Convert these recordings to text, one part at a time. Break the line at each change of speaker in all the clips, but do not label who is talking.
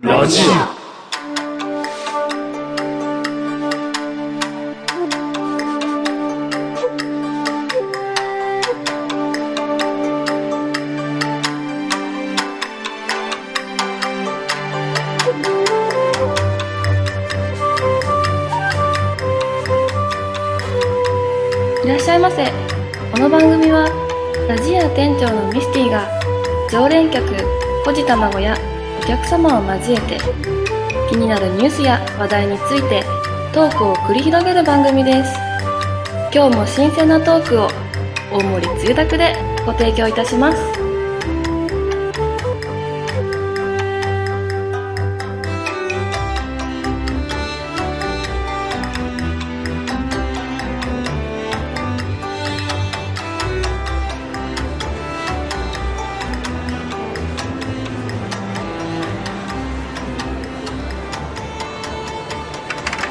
ラジ
いらっしゃいませこの番組はラジア店長のミスティが常連客ポジ卵やお客様を交えて気になるニュースや話題についてトークを繰り広げる番組です今日も新鮮なトークを大盛りつゆだくでご提供いたします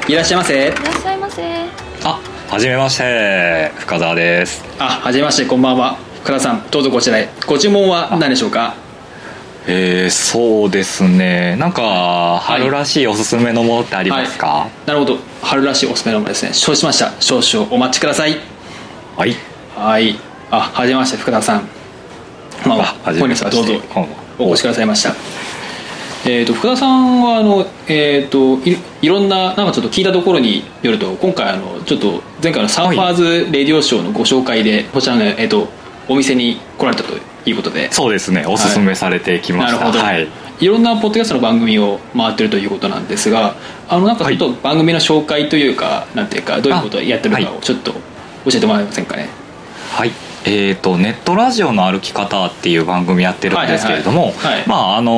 いらっしゃいませ
いらっしゃいませ
あ
はじめまして深澤です
あはじめましてこんばんは深田さんどうぞこちらへご注文は何でしょうか
えー、そうですねなんか
い
春らしいおすすめのものってありますか
なるほど春らしいおすすめのものですね承知しました少々お待ちください
はい、
はいあはじめまして福田さんまあ
あはじ
本
めまし
日
て
はどうぞ
こんばんは
お越しくださいましたえー、と福田さんはあの、えー、といいろんななんかちょっと聞いたところによると今回あのちょっと前回のサーファーズ・レディオショーのご紹介で、こちらの、えー、とお店に来られたということで
そうですねおすすめされてきま
な
し
る
た
ほど、
はい
い、ろんなポッドキャストの番組を回ってるということなんですがあのなんかちょっと番組の紹介というか、なんていうかどういうことをやってるのか
は
をちょっと教えてもらえませんかね
はいえー、とネットラジオの歩き方っていう番組やってるんですけれど
は
も
いはいはいはい
まああの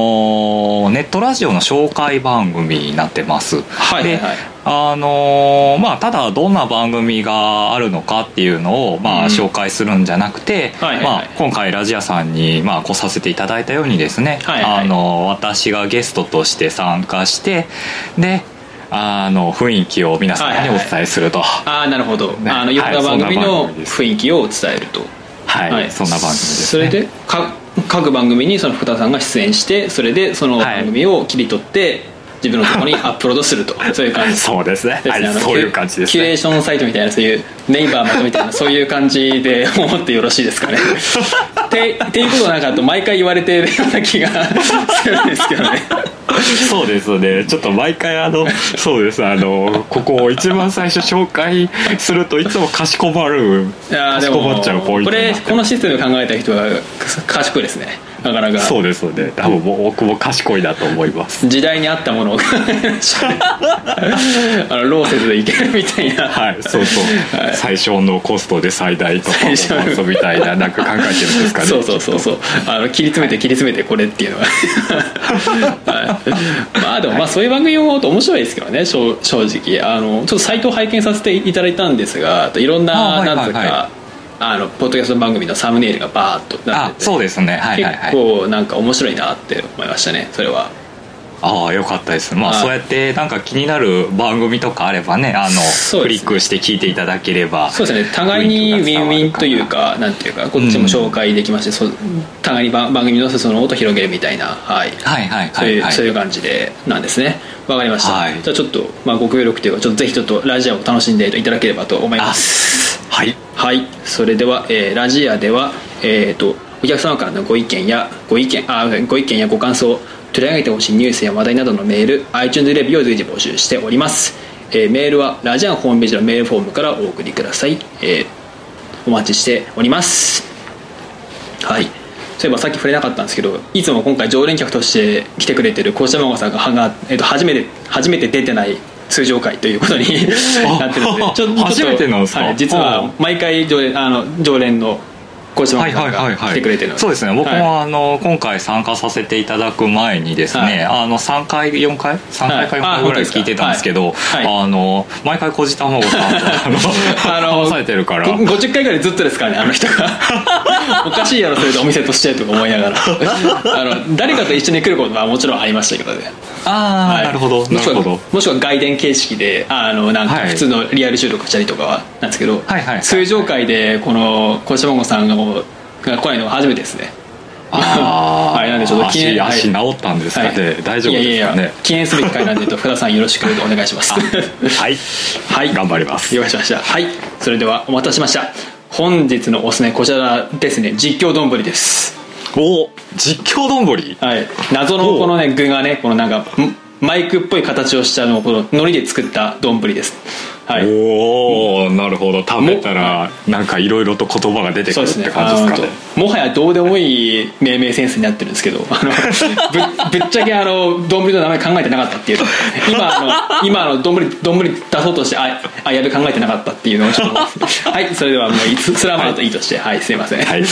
ーネットラジオの紹介番組になってます
はいはいはい
であのーまあただどんな番組があるのかっていうのを、ま
う
あ、
ん
紹介するんじゃなくて、
はいはい
ま
はい
あ、今回ラジアさんに、まあ、来させていただいたようにですね、
はいはい
あのー私がゲストとして参加してであの雰囲気を皆さんにお伝えすると、はい
ああなるほど、
ね
あのいろんな番組
はいそんな
の
番組です
雰囲気を伝えると
そんな番組です、
そ
ね、
れでか各番組にその福田さんが出演してそれでその
はい
番組を切り取って自分のところにアップロードする とそういう感じです
そうですね
ですね
は
あ
い
の
そういう感じで
キュキ
す
ュレ
ね
ーションサイトみたいなそういうネイバーまとみたいなそういう感じで思ってよろしいです かねってっていうことなんかあと毎回言われてるような気がするんですけどね
そうですねちょっと毎回あ のそうですあのここを一番最初紹介するといつもかしこまる
いやー
かしこまっちゃうポイン
こ
トにな
れ
ってます
このシステム考えた人は賢いですねなかなか
そうですよね多分僕も賢いだと思います
時代に合ったものをあのローセスでいけるみたいな
はいそうそう、
はい
最小のコストで最大のパフォーマンスみたいななんか考えてるんですかね
そうそうそうそうあの切り詰めて切り詰めてこれっていうの ははいまあでもまあそういう番組も本当面白いですけどね正正直あのちょっとサイトを拝見させていただいたんですがあといろんな
あはい
なんと
はいは
かあのポッドキャスト番組のサムネイルがバーッとなっ
あ
てて
そうですねはいはいはい
結構なんか面白いなって思いましたねそれは
ああよかったですまあ、
はい
そうやってなんか気になる番組とかあればねあの
そう
ク
で
リ
すね
ックして聞いていただければ
そうですね互いにウィンウィンというかなんていうかこっちも紹介できますし、そう互いに番番組の裾野を広げるみたいなはい、
はいはい
そ
は
うい、
いうはい
そういう感じでなんですねわかりました、
はい
じゃあちょっと、まあ、ご協力というかちょっとぜひちょっとラジアを楽しんでいただければと思い
あ
ます
はい
はいそれでは、えーラジアではえっ、とお客様からのご意見やご意見あご意見やご感想取り上げてほしいニュースや話題などのメール iTunes レビューを随時募集しております、えーメールはラジアのホームページのメールフォームからお送りください、えーお待ちしておりますはいそういえばさっき触れなかったんですけどいつも今回常連客として来てくれてる小島孫さんがはが、えっと初めて初めて出てない通常回ということに
あ
なってるのでちょちょっと
初めてなんですか
はい、実
ああ
は毎回常連あの常連の小島
は
孫さ
いは
ん
いはい
が
は
来
い
てくれてるの
そうですね僕も、
は
あの今回参加させていただく前にですね、
はい
あの3回4回3回か
はい
4
あ
回ぐらい聞いてたんですけど、
本当ですかはい
あの毎回小じ 孫さんとあの話されてるから
ご50回ぐらいずっとですからねあの 人がおかしいやろそれでお店としてとか思いなが らあの誰かと一緒に来ることはもちろんありましたけどね
ああ、
はい
なるほど
も
な
しく
る
は
ほど
もしくは外伝形式であのなんか
はい
普通のリアル収録したりとかはなんですけど、
はいはい
通常会でこの小島子さんがもうが来ないのは初めてですね
あー
はいなんでちょっと記
足
念
足
はい
治ったんですかね、
はい
大丈夫
いやい
です
や
か
いや
ね
記念すべき回なんでえっと福田さんよろしくお願いします
はい
はい
頑張ります
了解しましたはいそれではお待たせしました本日のおすすめこちらですね実況丼です
お実況どんぶり
はい謎のこのね具がねこのなんかんマイクっぽい形をしたのをこの海苔で作った丼ですはい
おおなるほど食べたらなんかいろいろと言葉が出てく
そう
る
で
っ
すね
て感じですかね
あのもはやどうでもいい命名センスになってるんですけどあ のぶぶっちゃけあの丼の名前考えてなかったっていう今あの今あの丼丼出そうとしてああやべ考えてなかったっていうのをちょっとはいそれではもういつそれはまだいいとしてはい、すいません、
はい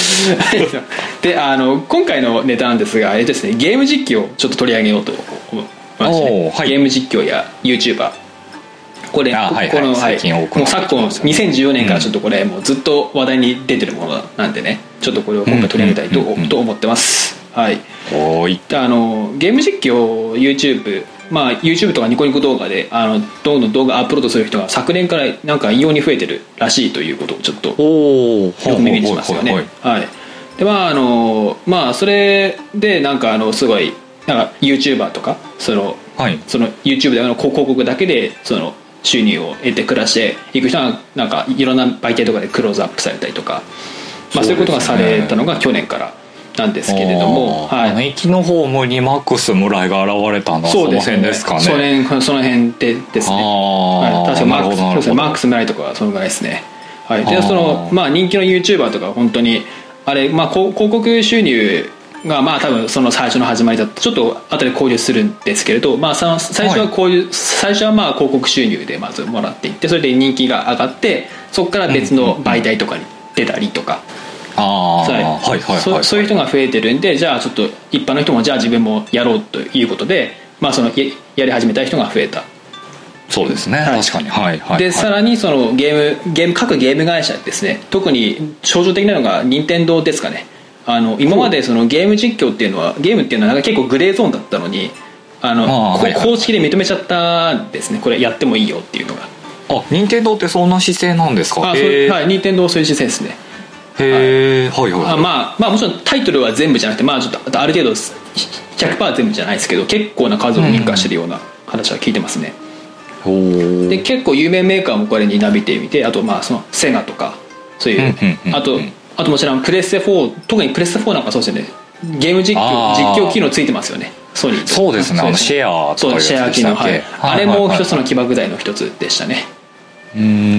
であの今回のネタなんですがえっとですねゲーム実況をちょっと取り上げようと思いまして
お
ね、
ーはい
ゲーム実況や YouTuber これ
あはいはい
この、
最近多く
もう
な
昨
ってき
今
ましたね
2014年からちょっとこれもうずっと話題に出てるものなんでねちょっとこれを今回取り上げたいと,、
うんうんうんうん
と思ってますはい
おーい
であのゲーム実況 YouTube まあ、YouTube とかニコニコ動画であのどんどん動画アップロードする人が昨年からなんか異様に増えてるらしいということをちょっと
おおよ
よく耳にしますよねはいでまああのまあそれでなんかあのすごいなんか YouTuber とかその
はい
その YouTube での広告だけでその収入を得て暮らしていく人はなんかいろんな媒体とかでクローズアップされたりとか、まあ、そういうことがされたのが去年からなんですけれども、
あーあの
はい、
駅の方もにマックス村井が現れたのはその辺ですかね
その辺その辺でです
あ
ね
ー
はい、確かマークスそ
な
う
る
で
ほ
す
ど
ね
な
マー
るほ
クス・ムライとかはそのぐらいですね、はい、
あ
で
ー
その、まあ、人気の YouTuber とかは本当にあれ、まあ、こう広告収入がまあ多分その最初の始まりだとちょっと後で交流するんですけれど、まあ、さ最初はこういう、最初はまあ広告収入でまずもらっていってそれで人気が上がってそこから別の媒体とかに出たりとか、
あー
はい
はいはいはい
そ
は
う
い
そういう人が増えてるんでじゃあちょっと一般の人もじゃあ自分もやろうということで、まあ、そのややり始めた人が増えた
そうですね、
はい
確かにはいはい
で、
はい
さらにそのゲームゲーム各ゲーム会社ですね特に象徴的なのが任天堂ですかねあの今までそのゲーム実況っていうのはゲームっていうのはなんか結構グレーゾーンだったのにあの
あー
こ
はいはい
公式で認めちゃったんですねこれやってもいいよっていうのが
あ任天堂ってそんな姿勢なんですか
あそ
へ
れ
え、
はい任天堂そういう姿勢ですね
へえはいはいはい
あまあまあもちろんタイトルは全部じゃなくてまあちょっとある程度100%全部じゃないですけど結構な数を認可してるような話は聞いてますね、
おー
で結構有名メーカーもこれになびてみてあとまあそのセガとかそういう
うんうんうんうん
あとあともちろんプレステ4特にプレステ4なんかそうですよねゲーム実況
あー
実況機能ついてますよねソニー
そうですねあのシェアと
そう
かいうやつ
シェア
で
機
した
能
っけ
はいあれも一つの起爆剤の一つでしたね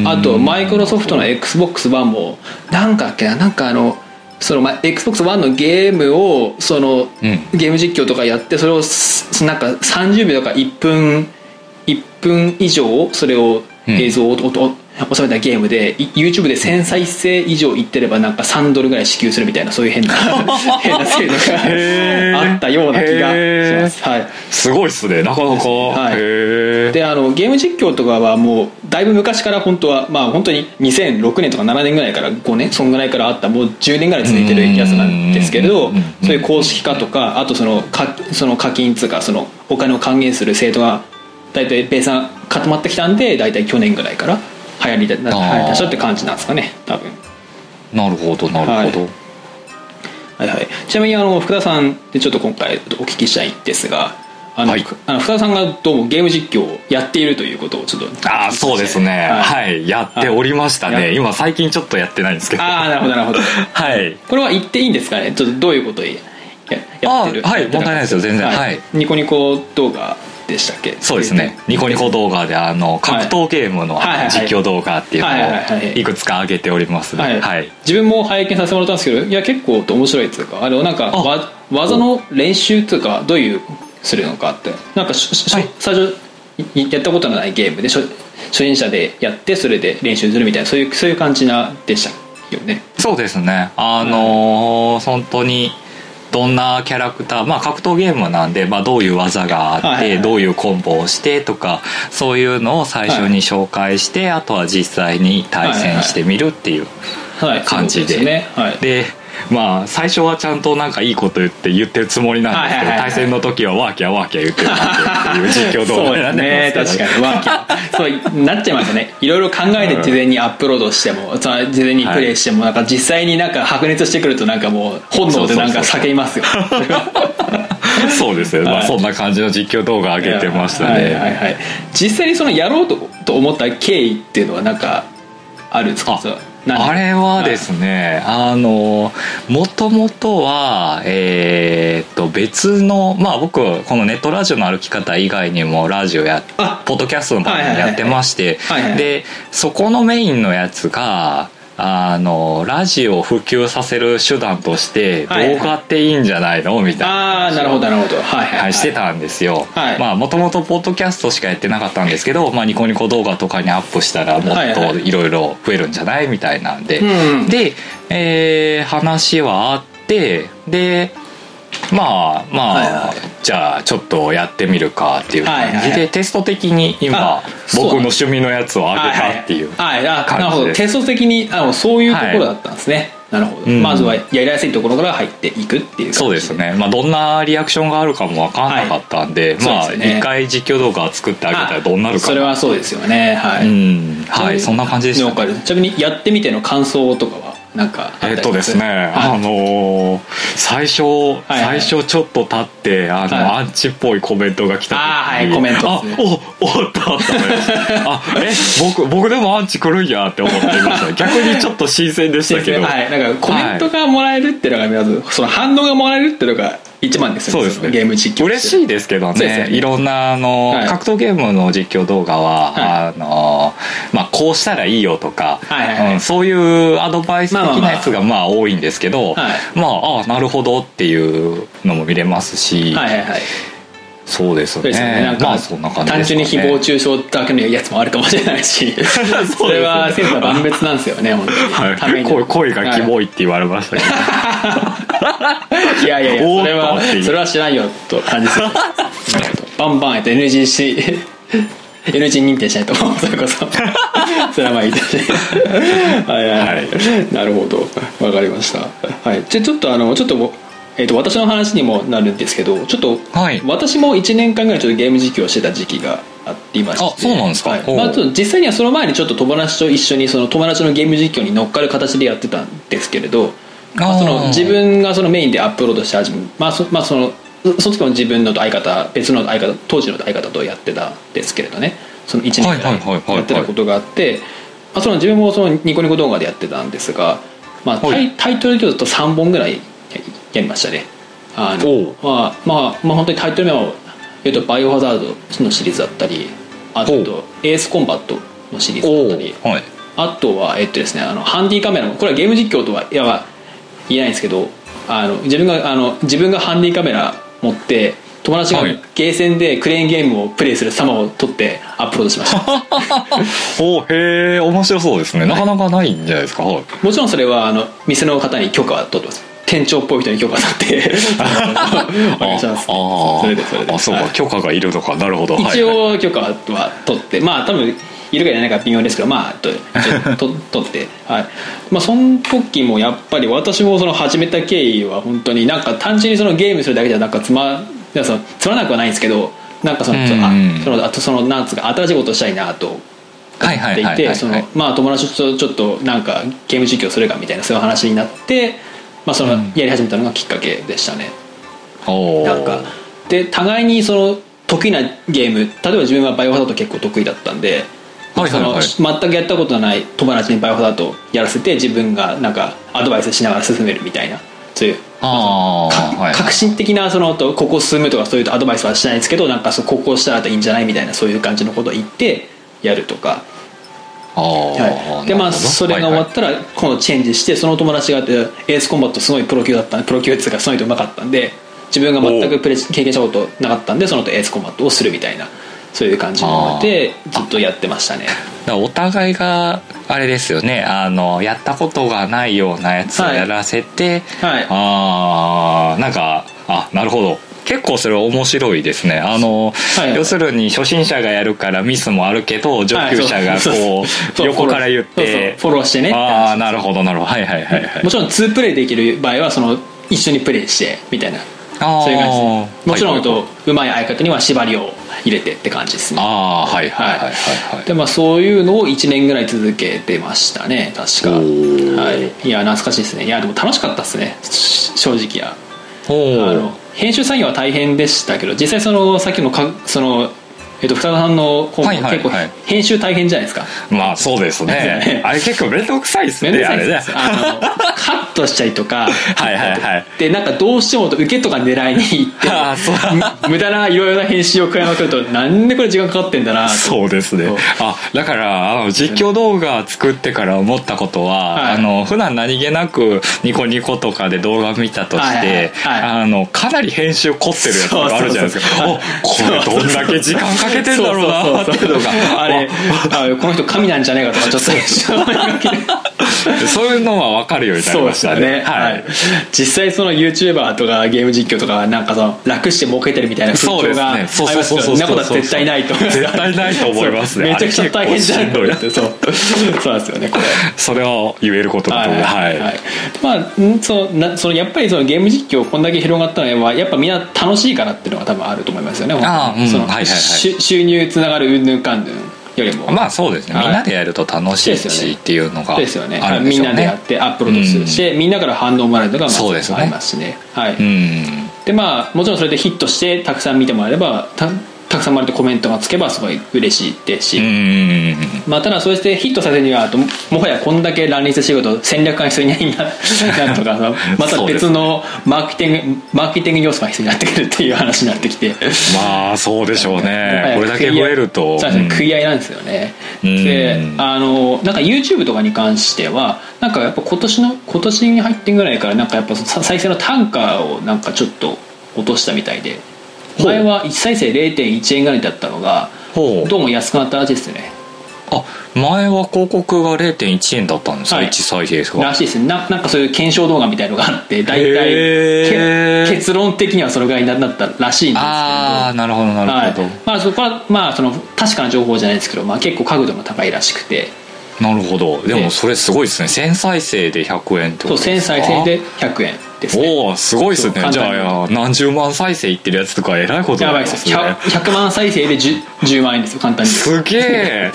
あとマイクロソフトの XBOX1 もなんかあっけななんかあのそのま XBOX1 のゲームをその、
うん
ゲーム実況とかやってそれをすなんか30秒とか1分1分以上それを
うん
映像を、音を収めたゲームでい YouTube で1000再生以上いってればなんか3ドルぐらい支給するみたいなそういう 変な変な制度
へ
が
ー
あったような気がします、はい、
すごいっすねなかなか、
はい
へえ
であのゲーム実況とかはもうだいぶ昔から本当はまあ本当に2006年とか7年ぐらいから5年そんぐらいからあったもう10年ぐらい続いてるやつなんですけれど
うんうん
そういう公式化とかあとそのかその課金つうかそのお金を還元する制度が大体ベースが固まってきたんで大体去年ぐらいから流行りだ流行りだしたって感じなんですかね多分
なるほどなるほど、
はいはい、ちなみにあの福田さんでちょっと今回お聞きしたいんですがあの、
はい
あの福田さんがどうもゲーム実況をやっているということをちょっと
ああそうですね
はい
はい、やっておりましたね、
はい
今最近ちょっとやってないんですけど
ああなるほどなるほど
はい
これは言っていいんですかねちょっとどういうことをややってる
あはい
やってたか
問題ないですよ全然はい
ニコニコ動画でしたっけ
そうですねニコニコ動画であの格闘ゲームの
はいはいはい
実況動画っていう
はいはいはいは
のを
い
いくつか上げております
は、
はいい、
自分も拝見させてもらったんですけどいや結構面白いっていうかあれをなんか
あ
わ技の練習というかどういうするのかってなんかしし
はい
最初いやったことのないゲームで初初心者でやってそれで練習するみたいなそういうそういう感じなでしたよね
そうですねあのー本当にどんなキャラクター、まあ、格闘ゲームなんで、まあ、どういう技があって、
はいはいはい
どういうコンボをしてとかそういうのを最初に紹介して、あとは実際に対戦してみるっていう
はい
感じで
そうすねはい
でまあ最初はちゃんとなんかいいこと言って言ってるつもりなんですけど、
はいはいはいはい
対戦の時はワーキャーワーキャー言ってるなっていう実況動
そう
画に
で
なっ
す
て
ね確
ますけど
かにワーキャーそうなっちゃいますよねいろいろ考えて事前にアップロードしてもさ事前にプレイしてもなんか実際になんか白熱してくるとなんかもう本能でなんか叫びますよ
そうですね、ま
は
あ
い
そんな感じの実況動画上げてました
はいはい
ね
はい実際にそのやろうとと思った経緯っていうのはなんかあるんですか
あ
そうなん
あれはですね、あのもともとはえーっと別のまあ僕このネットラジオの歩き方以外にもラジオや
あ
ポッドキャストの番組やってまして
はいはいはいはいはい
でそこのメインのやつがあのラジオを普及させる手段として動
はいはい
画っていいんじゃないのみたいな。
ああなるほどなるほどはいはい、
はい、してたんですよ、
はい
まあもともとポッドキャストしかやってなかったんですけど、まあ、ニコニコ動画とかにアップしたらも
はい
っ
は
と
い
いろいろ増えるんじゃないみたいなんで、
うん
で、えー話はあってでまあまあ、
はいはい
じゃあちょっとやってみるかっていう感じで、
はいはいは
テスト的に
あ
今
そう
僕の趣味のやつを上げたっていう、
はいはい、はいあ
感じです
なるほどテスト的にあのそういうところだったんですね、なるほど、
うん
まずはやりやすいところから入っていくっていう感じ
そうですね、まあ、どんなリアクションがあるかも分かんなかったん
はい
で、ま
そ
あ
うですね
一回実況動画作ってあげたらどうなるか
それはそうですよねはい、
うんはいそんな感じでした
了解ですちなみにやってみての感想とかはなんかあった
え
り
っとですね、あ
はい
のー最初、
はいはい
最初ちょっと経ってあの、
はい
アンチっぽいコメントが来た時に
あーはいコメント
あ
ですね
おおっとあったあえ僕僕でもアンチ来るんやって思ってました逆にちょっと新鮮でし
そう
た
です
け
ね
ど、
はいなんかコメントがもらえるっていうのがまずその反応がもらえるっていうのが一番ですよ
そうですね
ゲーム実況
嬉し
い
いですけど
そうですよ
ね
ね
いろんなあの、
はい
格闘ゲームの実況動画は、
は
あのまあ、こうしたらいいよとか、
はいはいはい
うんそういうアドバイス的なやつがまあ多いんですけ
は
ど、
い
まああなるほどっていうのも見れますし、
はいはいはい
そうです
そう
ね
ですよねなんか、
まあそんな感じ
単
です
純
か
に
ね
誹謗中傷だけのやつもあるかもしれない しそ,、
ね
れはセンスは万別なんですよね本当に、た
は
め
い、
に
声声がキ
は
モいって言われましたけど、
い、いやいやいや
おー
それ
っ
は
とっていう
それは知らんよと感じ ですバンバンやって NG し NG 認定しないと思うそれこそ それはまあいいですねはいはいはい、なるほどわかりました、はい、じゃあちょっとあのちょっと,、えっと私の話にもなるんですけどちょっと、
はい
私も1年間ぐらいちょっとゲーム実況をしてた時期があっていまして
あそうなんですか
はい
おう
まあ、ちょっと実際にはその前にちょっと友達と一緒にその友達のゲーム実況に乗っかる形でやってたんですけれどまあ、
あー
その自分がそのメインでアップロードして始めまあそ,、まあ、そのその時も自分のと相方別の相方当時の相方とやってたんですけれどねその1年
はいはいはいはい
間
はい
やってたことがあってまあその自分もそのニコニコ動画でやってたんですが、まあ、タ
は
イタイトルで言うと3本ぐらいややりましたねあの
お
まあまあまあ本当にタイトル名を言うと「バイオハザード」のシリーズだったりあと
お
「エースコンバット」のシリーズ
お
だ
お
ったり
はい
あとはえっとですねあのハンディカメラもこれはゲーム実況とはいやは言えないんですけどあの自分があの自分がハンディカメラ持って友達が
はい
ゲーセンでクレーンゲームをプレイする様を撮ってアップロードしま した
おへえ面白そうですねなかなかないんじゃないですか、はい
もちろんそれはあの店の方に許可は取ってます店長っぽい人に許可取ってあ のお願いします
ああー
それでそれで
あそうか、
はい
許可がいるのかなるほど
一
はい
応許可は取ってまあ多分いるかいないか微妙ですけどまあとと 取ってはいまあその時もやっぱり私もその始めた経緯は本当になんか単純にそのゲームするだけじゃなんかつまなんかそのつまらなくはないんですけどなんかその,、
うん
あそのあとそのなんつうか新しいことをしたいなと
はいはい
っていてそのまあ友達とちょっとなんかゲーム実況するかみたいなそういう話になって、まあ、その
うん
やり始めたのがきっかけでしたね、
おー
なんかで互いにその得意なゲーム例えば自分はバイオハザード結構得意だったんで、
はいはいはい
その全くやったことのない友達にバイオハザードやらせて自分がなんかアドバイスしながら進めるみたいなそういう
ああはい
革新的なそのとここ進むとかそういうアドバイスはしないですけどなんかそうここをしたらいいんじゃないみたいなそういう感じのことを言ってやるとか
あー
はい、でま
なるほど
あそれが
はい
終
は
わ
い
ったら今度チェンジしてその友達がえーエースコンバットすごいプロ級だったんでプロ級っていうかその人うまかったんで自分が全
お
く
う
プレイ経験したことなかったんでそのとエースコンバットをするみたいなそういう感じでずっとやってましたね
だからお互いがあれですよねあのやったことがないようなやつを
はい
やらせて、
はい
ああなんかあなるほど結構それ面白いですねあの、
いはい
要するに初心者がやるからミスもあるけど上級者が
はいそう
こ
そう
う
そう
横から言っ
そうそ
て
うフォローしてね
ああなるほどなるほどはいはいはいはい
もちろん2プレイできる場合はその一緒にプレイしてみたいな
あー
そういう感じですもちろんあ
はい
とうまい相方には縛りを入れてって感じですね
ああはいはいはいはい
でまあそういうのを1年ぐらい続けてましたね確か
おー
はいいや懐かしいですねいやでも楽しかったですねし正直やあ
はいお
の編集作業は大変でしたけど実際そのさっきのかそのえっと深田さんの本も
はいはい
結構
はい
編集大変じゃないですか
おまあそうで すねあれ結構面倒くさいです
面
ね
倒くさ
あ
い
れ
で
ね
すあのカットしたりとか
はいはい はい
でなんかどうしてもと受けとか狙いに行って
あーそう
む無駄ないろいろな編集を加えまくるとなんでこれ時間かかってんだなと
そうですね
そう
あだからあの実況動画作ってから思ったことは、
はい
あの普段何気なくニコニコとかで動画見たとして、
はいはいは
あのかなり編集凝ってるやつとかあるじゃないですか
そうそうそう
おこれどんだけ時間かけてんだろうなっていうのが
あれあこの人神なんじゃないかとかちょっと思いがけ
そういうのは分かるようになり
そう
ま
で
し
したた
ね
ね、
は
はいい、実際その YouTuber とかゲーム実況とかなんかその楽して儲けてるみたいな風
そうで
潮
す
があ
ね
り
そう
ます
そう
け
そ
ど
うそうそ
そ
う
んなことは絶対ないと思う
絶対ないと思いますね
そうめちゃくちゃ大変じゃんと思ってそうそうなんですよねこれ
それを言えることだと思うはい、
はいまあんそのなそのやっぱりそのゲーム実況こんだけ広がったのはやっぱみんな楽しいからっていうのが多分あると思いますよね
あーうん
その
はいはいはい
し収入つながるうんぬんかんぬんよりも
まあそうですね、
はい
みんなでやると楽しい
ですよ
し
ね
っていうのがあるん
で
ですしょ
よ
う
ね
ね
はいみんなでやってアップロードするし、みんなから反応もらえるのがまず
そうですね
ありますしねはい、
うん
でまあもちろんそれでヒットしてたくさん見てもらえればたたくさんもらえてコメントがつけばすごい嬉しいですし、
うんうんうん
まあ、ただそうしてヒットさせるにはあともはやこんだけ乱立仕事戦略が必要にな るなとかまた別のマーケティングマーケティング要素が必要になってくるっていう話になってきて
まあそうでしょうね
はい
これだけ増えると
そうですね
うん
食い合いなんですよね、
うん
であのなんか YouTube とかに関してはなんかやっぱ今年の今年に入ってぐらいからなんかやっぱさ再生の単価をなんかちょっと落としたみたいで
ほう
前は1再生0.1円ぐらいだったのが
ほう
どうも安くなったらしいですね
あ前は広告が0.1円だったんですよ
はい
1再生
ら
が
しいですねななんかそういう検証動画みたいのがあって大
へー
体け結論的にはそれぐらいになったらしいんですけど
ああなるほどな
はい
るほど
まあ、そこはまあその確かな情報じゃないですけど、まあ、結構角度の高いらしくて
なるほどでも
ね
それすごいですね1000再生で100円って
そ
こ
う
とで
1000
すか
再生で100円ですね
おおすごいです
そう
ね
簡単に
じゃあいや何十万再生いってるやつとかえらいこと
や
に
ば
な
い
り
で
ます
すよ
ね
100, 100万再生で 10, 10万円ですよ簡単に
すげ え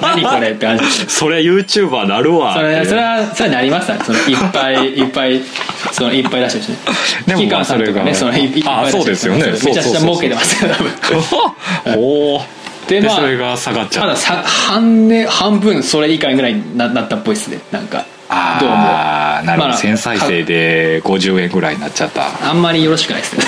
何これって感じです
それ YouTuber なるわ
それそれ
は
はそれはなりましたねそのいっぱい いっぱいそのいっぱいらしいですね
でも
キーカーさんとかね
そ
そ
れが
のいいっぱいらしい
あそうですよね
めちゃく
そう
ち
そうそう
ゃ
そう
儲けてますよ多分
おお
で
で
まあ
それが下がっちゃ
た
った
ださ半年半分それ以下ぐらいにななったっぽいですねなんかどうも
ああなるほど、
まあ
1000再生で50円ぐらいになっちゃった
あんまりよろしくないですね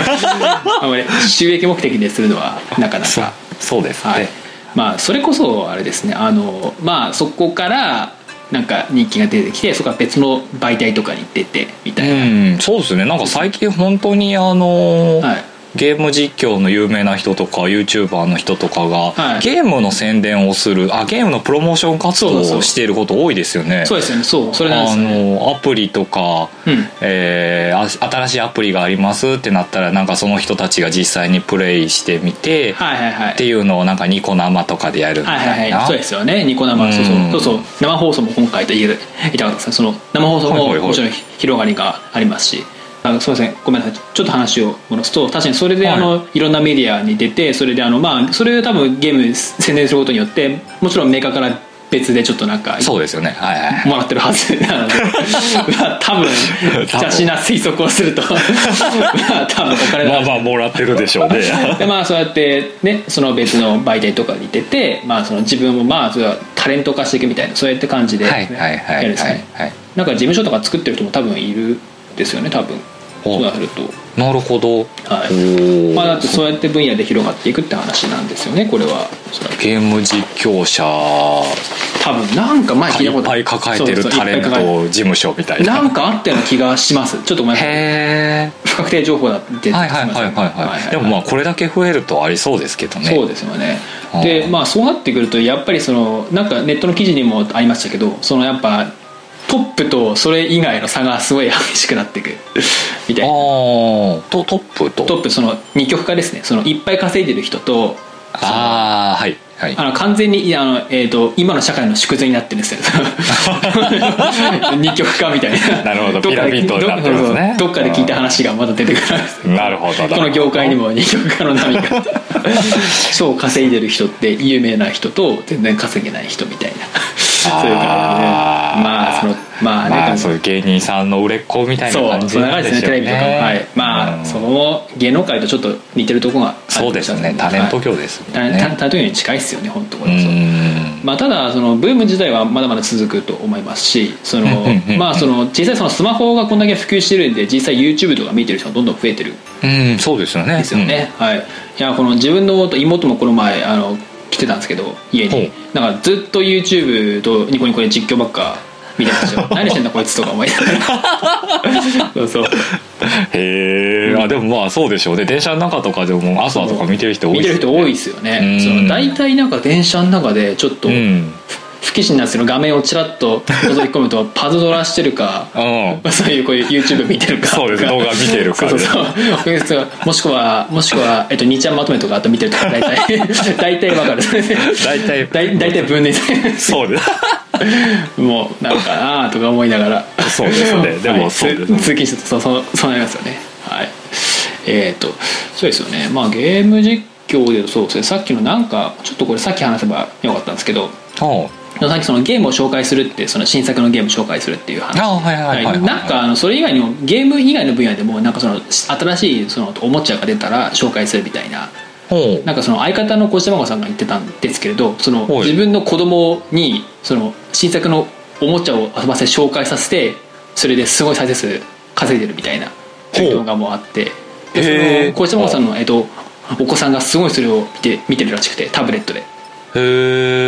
あんまり収益目的でするのはなかな
そう
か
そうですね、
はいまあそれこそあれですねあのまあそこからなんか人気が出てきてそこから別の媒体とかに出てみたいな、
うんそうですねなんか最近本当にあのー
はい
ゲーム実況の有名な人とか YouTuber の人とかが、
はい
ゲームの宣伝をするあゲームのプロモーション活動
そうそうそ
を
う
していること多いですよね
そうですよねそうそれなんです
あ
よね
のアプリとか、
うん
えーあ新しいアプリがありますってなったらなんかその人たちが実際にプレイしてみて、
はいはいはい
っていうのをなんかニコ生とかでやるみ
はい
た
はいい
な、
はい、そうですよねニコ生、
うん
そうそうそうそう生放送も今回と言えいたかったですねその生放送
はいはい
も
はい
もちろん広がりがありますし、あのすみませんごめんなさいちょっと話を戻すと確かにそれで
はい
あの、い、ろんなメディアに出てそれであのまあそれを多分ゲーム宣伝することによってもちろんメーカーから別でちょっとなんか
そうですよねはいはい
もらってるは ずなのでまあ多分
多分
邪しな推測をすると まあ多分お金
ま
の
あまあもらってるでしょうね
でまあそうやってねその別の媒体とかに出て、まあ、その自分もまあそれはタレント化していくみたいなそうやって感じで、
はいはいは
やるん
い
です
は
か
い
ね
はい
なんか事務所とか作ってる人も多分いるんですよね多分
お
そうなると
なるほど、
はい
おお、
まあだってそうやって分野で広がっていくって話なんですよねこれはおそらく
ゲーム実況者
多分なんか前聞い
い
たこ
っ
と
ぱい抱えてる
そうそう
タ
い
レ
っ
ン
ぱ
ト
い抱え
事務所みたい
て
な
なんかあったような気がしますちょっとごめんなさい
へ
不確定情報だって
えはいはいはいはいはいでもまあこれだけ増えるとありそうですけどね
そうですよね
あー
でまあそうなってくるとやっぱりそのなんかネットの記事にもありましたけどそのやっぱトップとそれ以外の差がすごい激しくなっていくみたいな
ああとトップと
トップその二極化ですねそのいっぱい稼いでる人とその
ああはいはい
あの完全にいやあの、えー、と今の社会の縮図になってるん ですよ二極化みたいな
なるほど
っかで
ピラミッドになってますね
どっかで聞いた話がまだ出てくる
なるほど
この業界にも二極化の波 がそう稼いでる人って有名な人と全然稼げない人みたいなそういう感じで
あー
まあそのまあね、
ま
で
あ
も
そういう芸人さんの売れっ子みたいな
そ
感
う
じ
その
な
流
ん
れ
で
ですね
しょ
テレ
う
ビ
ね
とかもはいまあ、その芸能界とちょっと似てるところが
そうですねタレント業ですもんね
タタレント業に近いですよね本当こ
う
れこそ
ん
まあ、ただそのブーム自体はまだまだ続くと思いますしそ の
うんうんうんうん
まあその実際そのスマホがこんだけ普及してるんで実際 YouTube とか見てる人がどんどん増えてるん
うんそうですよね
ですよね、はいいやこの自分の妹もこの前あの来てたんですけど家
ほ
になんかずっと YouTube とニコニコで実況ばっか見てま したよ何してんだこいつとか思いながらそうそう
へえ、あでもまあそうでしょうね電車の中とかでも朝とか見てる人多い
見
で
てる
すよ
人多いですよね
うん
その大体なんか電車の中でちょっと
うん
不謹慎なんですけど画面をちらっと覗き込むとパズドラしてる か
うん
まあそういうこういう YouTube 見てるか
そうです動画見てるか
そうそうそうそうもしくはもしくは、えっと、2ちゃんまとめとかあと見てるとか大 体大体わかる
大体
大大体分類
そ うです
もうなんかなあとか思いながら
そうですねでも
はい
そうです
通通勤してるとそうそうそうなりますよねはいえっ、とそうですよねまあゲーム実況で言うとそうですねさっきのなんかちょっとこれさっき話せばよかったんですけど
あ
さっきそのゲームを紹介するってその新作のゲームを紹介するっていう話
あはいはいはいはい
なんかあのそれ以外にもゲーム以外の分野でもなんかその新しいそのおもちゃが出たら紹介するみたいな
ほう
なんかその相方の小島子さんが言ってたんですけれどその
はい
自分の子供にその新作のおもちゃを遊ばせ紹介させてそれですごい再生数稼いでるみたいなそういう動画もあって
へ
でそ
ー
の小島子さんの、えっと、お子さんがすごいそれを見て見てるらしくてタブレットで
へ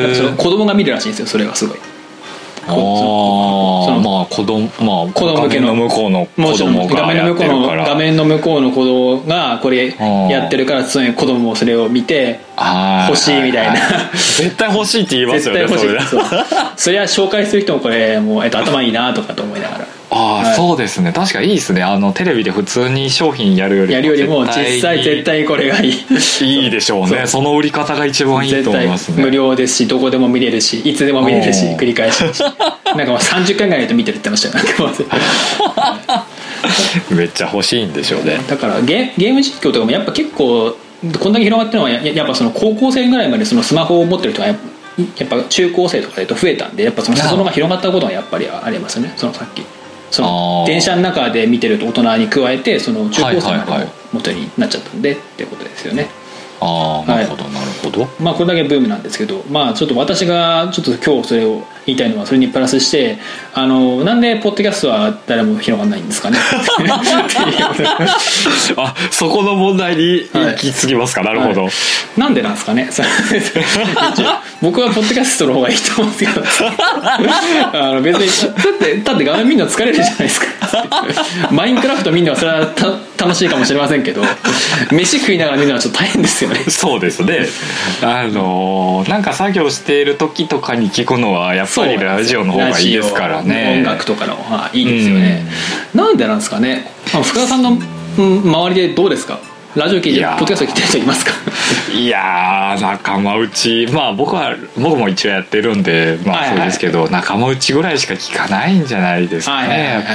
え
その子供が見るらしいんですよそれがすごい。
ああ
その
まあ子供まあ
子供向けの
画面の向こうの
も
子
ちろん
供
画
が
面
や
の向
っ
こ
て
う
る
の
から
画面の向こうの子供がこれやってるからその子供もそれを見て
あー
欲しいみたいな
絶対欲しいって言います
絶
よ
対
ね
欲しい
そ
そ
れ
うそりゃ紹介する人もこれもう、えっと、頭いいなとかと思いなが ら
ああ、
はい
そうですね確かいいですねあのテレビで普通に商品やるより
やるよりも実際絶対これがいい
いいでしょうねその売り方が一番いいと
絶
思い
対
ますね
無料ですしどこでも見れるしいつでも見れるし
うん
繰り返しなんかもう30回ぐらいと見てるって話じゃなく
めっちゃ欲しいんでしょうね
だからゲゲーム実況とかもやっぱ結構こんだけ広がってるのはややっぱその高校生ぐらいまでそのスマホを持ってる人がやっぱやっぱ中高生とかで言うと増えたんでやっぱその裾野が広がったことがやっぱりありますよねそのさっきそ
あ
の
ー
電車の中で見てると大人に加えてその中高生ま
はい
で
はい
も
はい
元になっちゃったんでっていうことですよね
ああなるほど、なるほど
まあこれだけブームなんですけどまあちょっと私がちょっと今日それを言いたいのはそれにプラスしてあのなんでポッドキャストは誰も広がんないんです かねっていう
あそこの問題に行き過ぎますか、なるほど、
はいなんでなんですかね それ僕はポッドキャストの方がいいと思うんですけど あの別にだってだって画面見るの疲れるじゃないですか マインクラフト見るのはそれはた楽しいかもしれませんけど飯食いながら見るのはちょっと大変ですよね
そうですねあのーなんか作業している時とかに聞くのはやっぱりラジオの方がいいですから
ラジオ
ね
音楽とかの方がいいですよね、なんでなんですかねあの福田さんのうん周りでどうですかラジオ聞い
い
てポ
や
ッ
ー
ドキャスト聞いてる人いますか
いやー仲間内まあ僕は僕も一応やってるんでま
はい
あ
はい
そうですけど、仲間内ぐらいしか聞かないんじゃないですか
はい
ね、
はいはい
やっぱ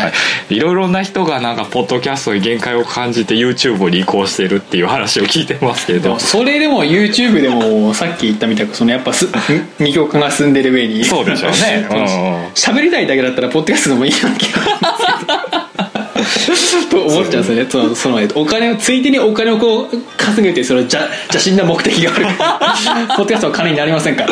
りいろいろな人がなんかポッドキャストに限界を感じて YouTube に移行してるっていう話を聞いてますけ
で
ど
もそれでも YouTube でもさっき言ったみたくそのやっぱ す二極化が進んでる上に
そうでしょう ねうんうん
喋りたいだけだったらポッドキャストでもいいような気がするんです けどと思っちゃうんですよねそのそのお金をついでにお金をこう稼ぐっていうその邪邪神な目的がある からポッドキャストは金になりませんから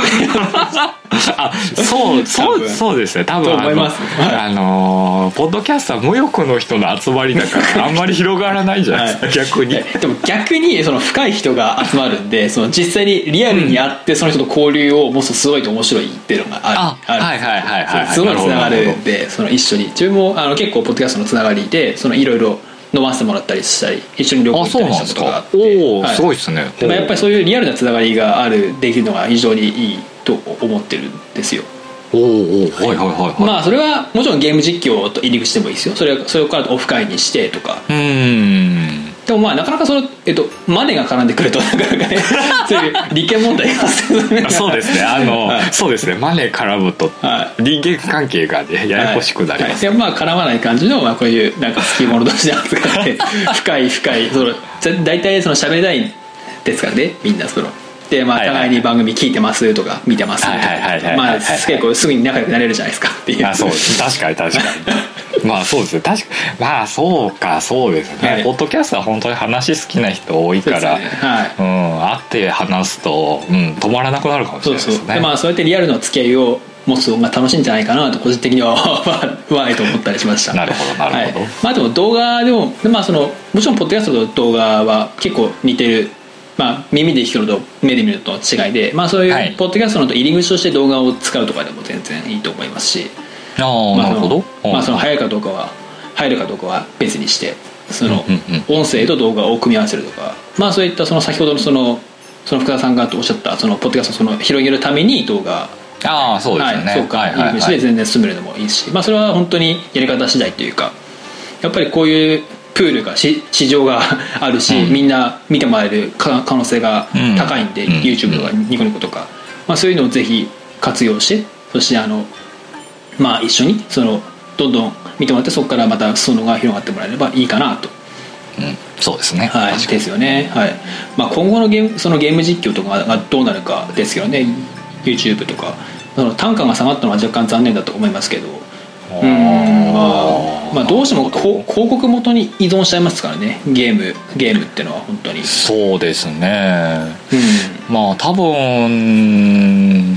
あそうそ
多
う
分
そうですね多分
と
あ
思い
の、
ますはい
あのーポッドキャストは無欲の人の集まりだからあんまり広がらないじゃないですか、
はい
逆に。
でも逆にその深い人が集まるんでその実際にリアルに会ってその人と交流を持つとすごいと面白いっていうのがある
あはいはいはいはい
そうすごいつなが
なる
る
ほ
んでその一緒に自分もあの結構ポッドキャストのつながりでそのいろいろ飲ませてもらったりしたり一緒に旅行
あ
行った
そう
り
なん
し
で
た
す
ことがあ
か
って
おお、
は
すごいですね
でもやっぱりそういうリアルなつながりがあるできるのが非常にいいと思ってるんですよ
おおはいはいはいはい、
まあそれはもちろんゲーム実況と入り口でもいいですよそれそれからオフ会にしてとか
うーん
でもまあなかなかその、えっと、マネが絡んでくるとなかなかね そういう利権問題が発生する
そうですねあ の、
はい
そうですねマネー絡むと
は
人間関係がねややこしくなります、
はいはいでまあ絡まない感じの、まあ、こういうなんか好き者同士で扱って 深い深いそのそ大体その喋りたいですからねみんなそのでまあ
はいはい
互いに番組聞いてますとか見てますとか
はいはいはいはい
ま
は
あ
いはい
結構すぐに仲良くなれるじゃないですかっていう
あそうです確かに確か にまあそうですね確かまあそうかそうですね、
はい
ポッドキャストは本当に話好きな人多い
そう
か
です
ら
よねはい
うん、会って話すと、うん、止まらなくなるかもし
そ
れ
う
ない
そう
ですね
でまあそうやってリアルの付き合いを持つ方が楽しいんじゃないかなと個人的には わーいと思ったりしました
なるほどなるほど、
はい、まあでも動画でもでまあそのもちろんポッドキャストと動画は結構似てるまあ耳で聞くのと目で見るのとの違いでまあそうい
はいう
ポッドキャストのと入り口として動画を使うとかでも全然いいと思いますし
ああ、
まあ
なるほど
そのまあその
はい
早いかどうかは入るかどうかは別にしてその
うんうん
音声と動画を組み合わせるとかまあそういったその先ほどのそのその福田さんがおっしゃったそのポッドキャストをその広げるために動画
ああそうですよね、
はい、そうか、
はいいはいい
飯
は
で
い
全然進めるのもいいし、まあ、それは本当にやり方次第というかやっぱりこういうプールがし 市場があるし、
うん
みんな見てもらえるか可能性が高いんで、
うん
YouTube とかニコニコとか、まあ、そういうのをぜひ活用してそしてあの、まあ、一緒にそのどんどん見てもらってそこからまた裾野が広がってもらえればいいかなと
うんそうですね、
はい、
確か
ですよね、はいまあ、今後のゲームそのゲーム実況とかがどうなるかですけどね YouTube とかその単価が下がったのは若干残念だと思いますけど
に
うんま
あ
あ
ー
まあ、どうしてもこう広告元に依存しちゃいますからねゲームゲームってのは本当に、
そうですね
う
まあ多分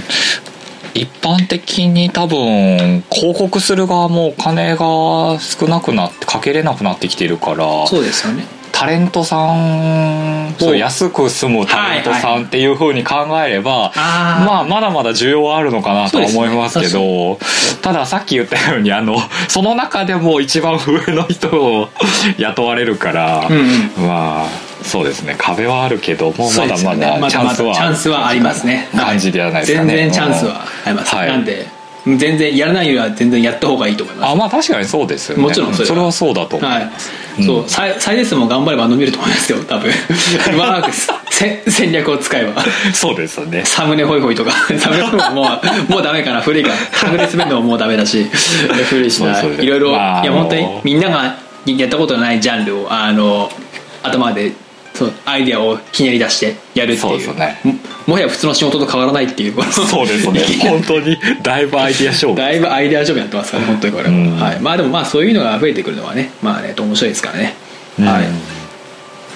一般的に多分広告する側もお金が少なくなってかけれなくなってきてるから
ん、そうですよね
タレントさん
そう
そう安く住むタレント
はい
さ
は
んっていうふうに考えれば、
あー
まあまだまだ需要はあるのかなとは思いますけ
そう
どたださっき言ったようにあの その中でも一番上の人を雇われるから、
うんうん
まあそうですね壁はあるけども
そう
ま
で
だ
すよ
ま
ねまだま
だ
だ
チャンスは
チャンスはありますね
感じではないですかね
全然チャンスはあります、
はい
なんで全然やらないよりは全然やった方がいいと思います
あまあ確かにそうですよね
もちろんそれは
それはそうだと思う、
はい、そう、サイサイレスも頑張れば伸びると思いますよ多 分うまくせ戦略を使えば
そうですよ ね
サムネホイホイとかサムネホイホイもうもうダメかな古いからサムネ滑るのももうダメだ し古いしな
そうそう
いろいろ、
まあ
いや
あの
本当にみんながやったことのないジャンルをあの頭でそうアイデアをひねり出してやるって
そうで
い
す
う
よね
ももはや普通の仕事と変わらないっていうこの
そうです ね本当にだいぶアイディア勝負
だいぶアイデア勝負やってますからね本当にこれは、
うん
はい、まあでもまあそういうのが増えてくるのはねまあね面白いですからね、はい
うん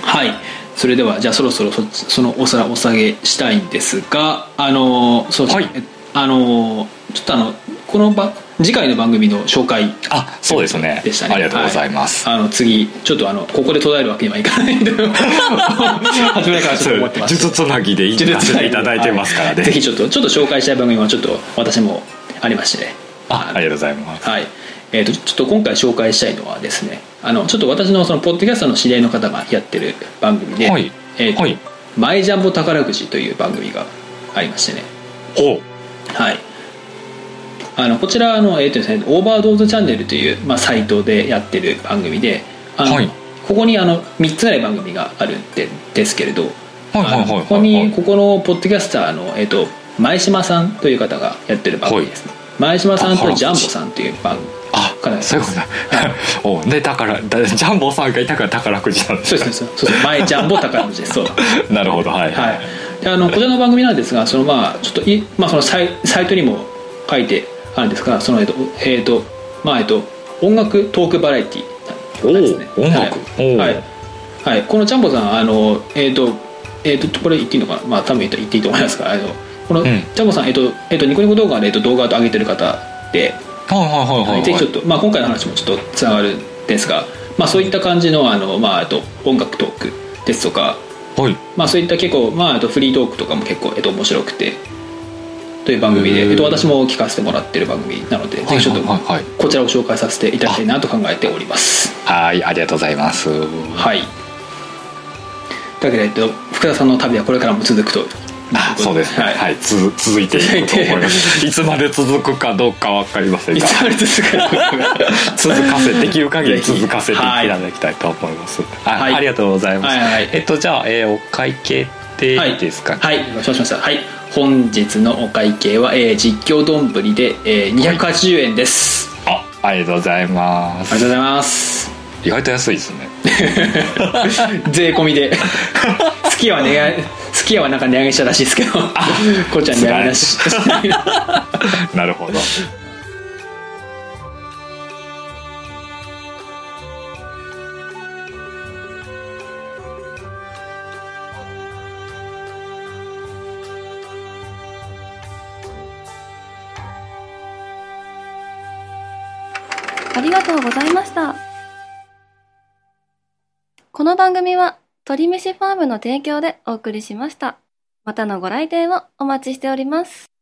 はいそれではじゃあそろそろそそのおさらお下げしたいんですがあのーそうですね、
はい
えあのーちょっとあのこのば次回の番組の紹介
あそうですね
でしたね
ありがとうございます、
はいあの次ちょっとあのここで途絶えるわけにはいかないんで初めからちょっと思ってます
術つなぎで行かせていただいてますからね。
ぜひちょっとちょっと紹介したい番組はちょっと私もありましてね
あ、ありがとうございます。
はいえー、とちょっと今回紹介したいのはですねあのちょっと私のそのポッドキャストの知り合いの方がやってる番組で「
はい
えーと
はい
マイジャンボ宝くじ」という番組がありましてね
ほ
はいあのこちらあの、えーとですね、オーバードーズチャンネルという、まあ、サイトでやってる番組であの、
はい
ここにあの3つぐらい番組があるんでですけれど
う。はいはいはいは
あ
いは
の
い。
ここにここのポッドキャスターの、えっと前島さんという方がやってる番組ですね、前島さんとジャンボさんという番組
あ
かなり、
そういうことだ。 おで宝だジャンボさんがいたから宝くじなんです
そう
ね。
ですねそうそう前ジャンボ宝くじですそうは
なるほどは
い
い。
であのこちらの番組なんですがそのまあちょっとい、まあ、そのサイサイトにも書いてあるんですがそのえっとえっとまあえっと音楽トークバラエティ
おお
ですね
音楽。
はい
おお。
はいはい、このジャンボさんあのえっ、とえっ、とこれ言っていいのかなまあ多分言って言っていいと思いますがあのこの
ん
ジャンボさん、えっ、とえっ、とニコニコ動画で、えっと動画を上げてる方で、
はいはいはいはい。
ぜひちょっとまあ今回の話もちょっとつながるんですがまあそういった感じのあのまあえっと音楽トークですとか
はい。
まあそういった結構まあえっとフリートークとかも結構えっ、と面白くてという番組で
へー
えっ、と私も聞かせてもらってる番組なのでぜひちょっと
はいはいはいはい
こちらを紹介させていただきたいなと考えております。
はいありがとうございます。
はい。というわけで、えっと、福田さんの旅はこれからも続くと
あそうですね
はい
はい、つ続いていくと思いますいつまで続くかどうか分かりません
い
が
つまで続く のか
続かせできる限り続かせてい
はい
ただきたいと思います、あ
はい
ありがとうございます、
はいはい
えっとじゃあ、えーお会計で
はい
いいですか、
はい承知しましたはい本日のお会計は、えー実況丼で、えー、280円です、
あありがとうござい
あ
ま
り
す
がとうございます
意外と安いです ね
税込みで スキヤは値上げスキヤはなんか値上げしたらしいですけどこっちは値上げなし
なるほど
ありがとうございました。この番組は鳥飯ファームの提供でお送りしました。またのご来店をお待ちしております。